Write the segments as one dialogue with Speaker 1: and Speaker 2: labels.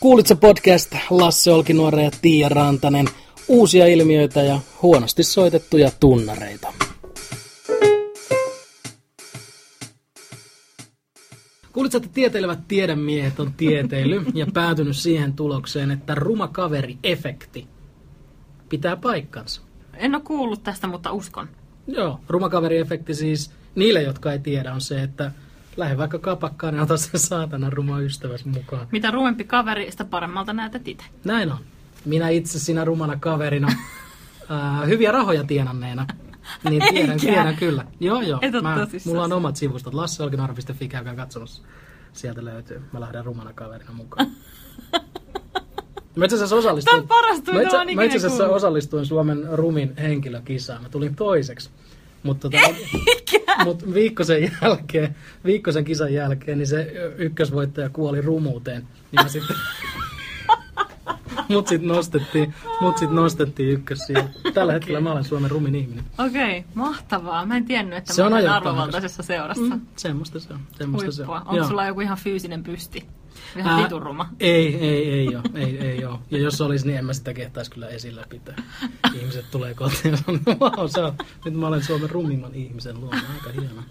Speaker 1: Kuulitse podcast Lasse Olkinuore ja Tiia Rantanen. Uusia ilmiöitä ja huonosti soitettuja tunnareita. Kuulitko, että tieteilevät tiedemiehet on tieteily ja päätynyt siihen tulokseen, että ruma kaveri-efekti pitää paikkansa.
Speaker 2: En ole kuullut tästä, mutta uskon.
Speaker 1: Joo, ruma kaveri-efekti siis niille, jotka ei tiedä, on se, että lähde vaikka kapakkaan ja ota sen saatana ruma ystäväs mukaan.
Speaker 2: Mitä rumempi kaveri, sitä paremmalta näytät itse.
Speaker 1: Näin on. Minä itse sinä rumana kaverina, ää, hyviä rahoja tienanneena. Niin tiedän,
Speaker 2: Eikä.
Speaker 1: tiedän kyllä. Joo, joo.
Speaker 2: Et oo
Speaker 1: Mä,
Speaker 2: tosissas.
Speaker 1: mulla on omat sivustot. LasseOlkinaro.fi, käykää katsomassa. Sieltä löytyy. Mä lähden rumana kaverina mukaan. Mä itse asiassa osallistuin,
Speaker 2: Tää on paras tunne,
Speaker 1: mä itse,
Speaker 2: mä oon
Speaker 1: mä itse
Speaker 2: ikinä
Speaker 1: asiassa
Speaker 2: kuullut.
Speaker 1: osallistuin Suomen rumin henkilökisaan. Mä tulin toiseksi. Mutta tota, mut viikkosen jälkeen, viikkosen kisan jälkeen, niin se ykkösvoittaja kuoli rumuuteen. Niin mä sitten mut sit nostettiin, mut sit nostettiin ykkös siihen. Tällä hetkellä mä olen Suomen rumin ihminen.
Speaker 2: Okei, okay, mahtavaa. Mä en tiennyt, että
Speaker 1: Se
Speaker 2: se
Speaker 1: on
Speaker 2: mä olen
Speaker 1: ajoittain.
Speaker 2: arvovaltaisessa seurassa.
Speaker 1: Mm,
Speaker 2: Mm.
Speaker 1: semmoista se on. Semmoista se
Speaker 2: Huippua.
Speaker 1: on.
Speaker 2: Onko
Speaker 1: Joo.
Speaker 2: sulla joku ihan fyysinen pysti? Ihan
Speaker 1: Ää,
Speaker 2: vitun ruma.
Speaker 1: Ei, ei, ei ole. Ei, ei ole. Ja jos olisi, niin en mä sitä kehtaisi kyllä esillä pitää. Ihmiset tulee kotiin ja sanoo, wow, sä oot, nyt mä olen Suomen rumimman ihmisen luona. Aika hieno.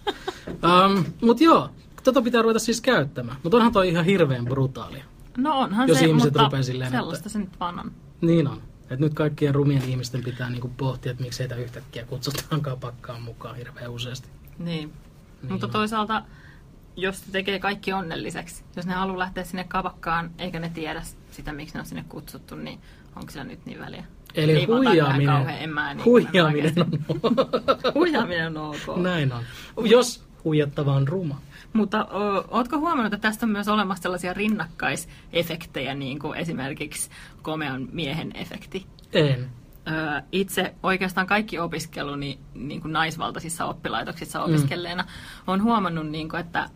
Speaker 1: Um, Mutta joo, tota pitää ruveta siis käyttämään. Mutta onhan toi ihan hirveän brutaalia.
Speaker 2: No onhan
Speaker 1: jos
Speaker 2: se,
Speaker 1: ihmiset
Speaker 2: mutta
Speaker 1: rupeaa silleen, että-
Speaker 2: sellaista se nyt vaan on.
Speaker 1: Niin on. Et nyt kaikkien rumien ihmisten pitää niinku pohtia, että miksi heitä yhtäkkiä kutsutaan kapakkaan mukaan hirveän useasti.
Speaker 2: Niin. niin. Mutta toisaalta, jos se tekee kaikki onnelliseksi, jos ne haluaa lähteä sinne kapakkaan, eikä ne tiedä sitä, miksi ne on sinne kutsuttu, niin onko sillä nyt niin väliä?
Speaker 1: Eli
Speaker 2: Ei vaan, tää on ihan kauhean, en
Speaker 1: huijaaminen,
Speaker 2: mä, niin kuin en mä
Speaker 1: huijaaminen on No
Speaker 2: Huijaaminen on ok.
Speaker 1: Näin on. Jos huijattava on ruma.
Speaker 2: Mutta ö, ootko huomannut, että tästä on myös olemassa sellaisia rinnakkaisefektejä, niin kuin esimerkiksi komean miehen efekti?
Speaker 1: En.
Speaker 2: Ö, itse oikeastaan kaikki opiskeluni niin kuin naisvaltaisissa oppilaitoksissa opiskelleena mm. on huomannut, niin kuin, että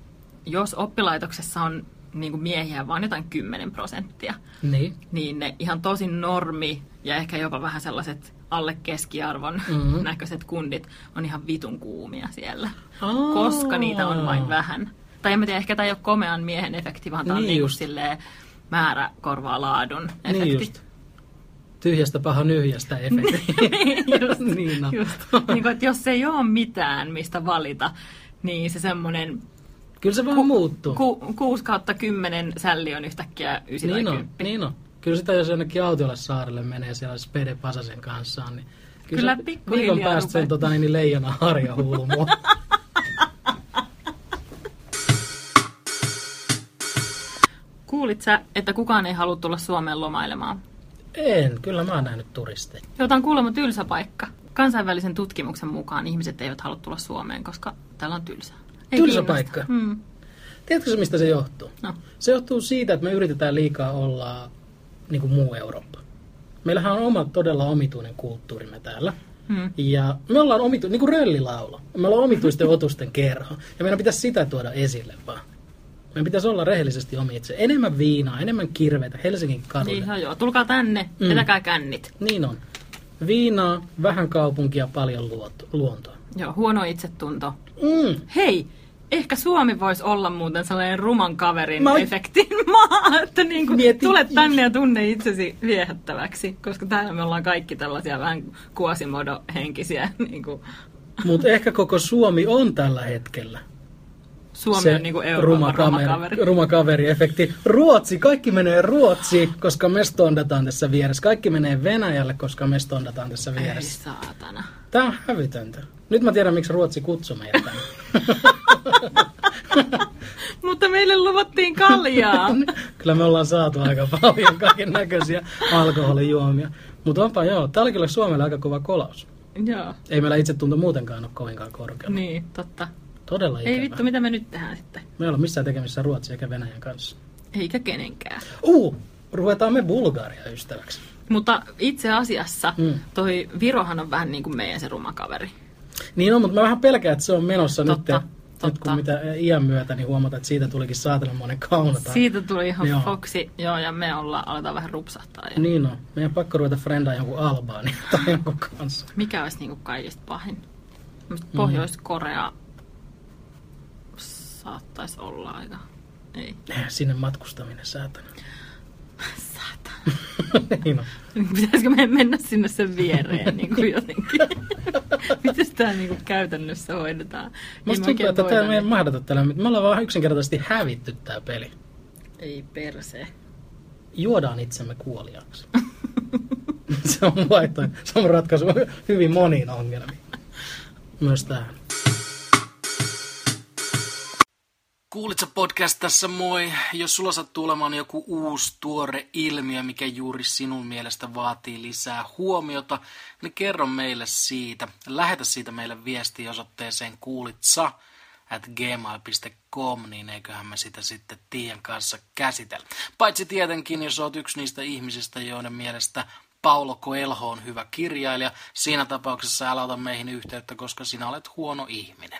Speaker 2: jos oppilaitoksessa on niin kuin miehiä vain jotain 10 prosenttia,
Speaker 1: Niin.
Speaker 2: niin ne ihan tosi normi ja ehkä jopa vähän sellaiset alle keskiarvon
Speaker 1: Mhm.
Speaker 2: mm-hmm. näköiset kundit on ihan vitun kuumia siellä,
Speaker 1: Aa.
Speaker 2: koska niitä on vain vähän. Tai en mä tiedä, ehkä tämä ei ole komean miehen efekti, vaan tämä
Speaker 1: Niin
Speaker 2: on niinku
Speaker 1: just.
Speaker 2: silleen määrä korvaa laadun efekti. Niin
Speaker 1: Niin just. Tyhjästä paha nyhjästä efekti.
Speaker 2: just,
Speaker 1: Niin on.
Speaker 2: just. Niin kuin, että jos ei ole mitään, mistä valita, niin se semmoinen
Speaker 1: Kyllä se vaan muuttuu.
Speaker 2: ku, 6 kautta 10 sälli on yhtäkkiä 9
Speaker 1: niin
Speaker 2: tai
Speaker 1: on,
Speaker 2: 10.
Speaker 1: niin on. Kyllä sitä jos jonnekin autiolle saarelle menee ja siellä on Spede Pasasen kanssa, niin
Speaker 2: Kyllä
Speaker 1: se
Speaker 2: pikkuhiljaa
Speaker 1: viikon päästä sen
Speaker 2: rupeaa.
Speaker 1: tota, niin, niin leijona harja huuluu mua.
Speaker 2: Kuulit sä, että kukaan ei halua tulla Suomeen lomailemaan?
Speaker 1: en, kyllä mä oon nähnyt turisteja.
Speaker 2: Jota on kuulemma tylsä paikka. Kansainvälisen tutkimuksen mukaan ihmiset eivät halua tulla Suomeen, koska täällä on tylsää.
Speaker 1: Tylsä
Speaker 2: Ei kiinnosta.
Speaker 1: paikka.
Speaker 2: Mm.
Speaker 1: Tiedätkö se, mistä se johtuu?
Speaker 2: No.
Speaker 1: Se johtuu siitä, että me yritetään liikaa olla niin kuin muu Eurooppa. Meillähän on oma todella omituinen kulttuurimme täällä.
Speaker 2: Mm.
Speaker 1: Ja me ollaan omitu, niin kuin röllilaula. Me ollaan omituisten otusten kerho. Ja meidän pitäisi sitä tuoda esille vaan. Meidän pitäisi olla rehellisesti omi itse. Enemmän viinaa, enemmän kirveitä Helsingin kadulle.
Speaker 2: Niin, joo, joo. Tulkaa tänne,
Speaker 1: Mm.
Speaker 2: mm. etäkää kännit.
Speaker 1: Niin on. Viinaa, vähän kaupunkia, paljon luot, luontoa.
Speaker 2: Joo, huono itsetunto.
Speaker 1: Mm.
Speaker 2: Hei, ehkä Suomi voisi olla muuten sellainen ruman kaverin
Speaker 1: Mä-
Speaker 2: Mä... efektin maa, että niin kuin
Speaker 1: Mietin-
Speaker 2: tulet tänne ja tunne itsesi viehättäväksi, koska täällä me ollaan kaikki tällaisia vähän kuosimodo-henkisiä. Niin kuin
Speaker 1: Mutta ehkä koko Suomi on tällä hetkellä.
Speaker 2: Suomi se on niin kuin Euroopan ruma kaveri.
Speaker 1: ruma kaveri efekti. Ruotsi, kaikki menee Ruotsiin, koska me stondataan tässä vieressä. Kaikki menee Venäjälle, koska me stondataan tässä
Speaker 2: Ei
Speaker 1: vieressä.
Speaker 2: saatana.
Speaker 1: Tää on hävytöntä. Nyt mä tiedän, miksi Ruotsi kutsui meitä tänne.
Speaker 2: Mutta meille luvattiin kaljaa.
Speaker 1: Kyllä me ollaan saatu aika paljon kaiken näköisiä alkoholijuomia. Mutta onpa joo, tää oli kyllä Suomelle aika kova kolaus.
Speaker 2: Joo,
Speaker 1: Ei meillä itse tunto muutenkaan ole kovinkaan korkealla.
Speaker 2: niin, totta.
Speaker 1: Todella ikävä.
Speaker 2: Ei vittu, mitä me nyt tehdään sitten?
Speaker 1: Me ei olla missään tekemisissä Ruotsin eikä Venäjän kanssa.
Speaker 2: Eikä kenenkään.
Speaker 1: Uu, ruvetaan me Bulgaria ystäväksi.
Speaker 2: Mutta itse asiassa
Speaker 1: Mm.
Speaker 2: toi Virohan on vähän niin kuin meidän se ruma kaveri.
Speaker 1: Niin on, mutta mä vähän pelkään, että se on menossa
Speaker 2: Totta,
Speaker 1: nyt. Nyt kun
Speaker 2: totta.
Speaker 1: mitä iän myötä, niin huomataan, että siitä tulikin saatanamoinen kaunata.
Speaker 2: Siitä tuli ihan
Speaker 1: Joo.
Speaker 2: joo. foksi, joo, ja me ollaan, aletaan vähän rupsahtaa. Ja...
Speaker 1: Niin on. Meidän pakko ruveta frendaa jonkun Albaani tai jonkun kanssa.
Speaker 2: Mikä olisi niinku kaikista pahin? Musta
Speaker 1: Mhm.
Speaker 2: Pohjois-Korea saattaisi olla aika... Ei.
Speaker 1: Sinne matkustaminen, saatana. Niin on.
Speaker 2: Pitäisikö meidän mennä sinne sen viereen niin kuin jotenkin? Miten tämä niin kuin käytännössä hoidetaan? Ei me
Speaker 1: Musta tuntuu,
Speaker 2: oikein
Speaker 1: että
Speaker 2: voida
Speaker 1: tämä me ei
Speaker 2: nyt.
Speaker 1: mahdata tällä. Me ollaan vaan yksinkertaisesti hävitty tämä peli.
Speaker 2: Ei perse.
Speaker 1: Juodaan itsemme kuoliaksi. se on vaihtoehto. Se on ratkaisu hyvin moniin ongelmiin. Myös tähän. Kuulitko podcast tässä moi? Jos sulla sattuu olemaan joku uusi tuore ilmiö, mikä juuri sinun mielestä vaatii lisää huomiota, niin kerro meille siitä. Lähetä siitä meille viesti osoitteeseen kuulitsa at gmail.com, niin eiköhän me sitä sitten Tiian kanssa käsitellä. Paitsi tietenkin, jos oot yksi niistä ihmisistä, joiden mielestä Paulo Coelho on hyvä kirjailija, siinä tapauksessa älä ota meihin yhteyttä, koska sinä olet huono ihminen.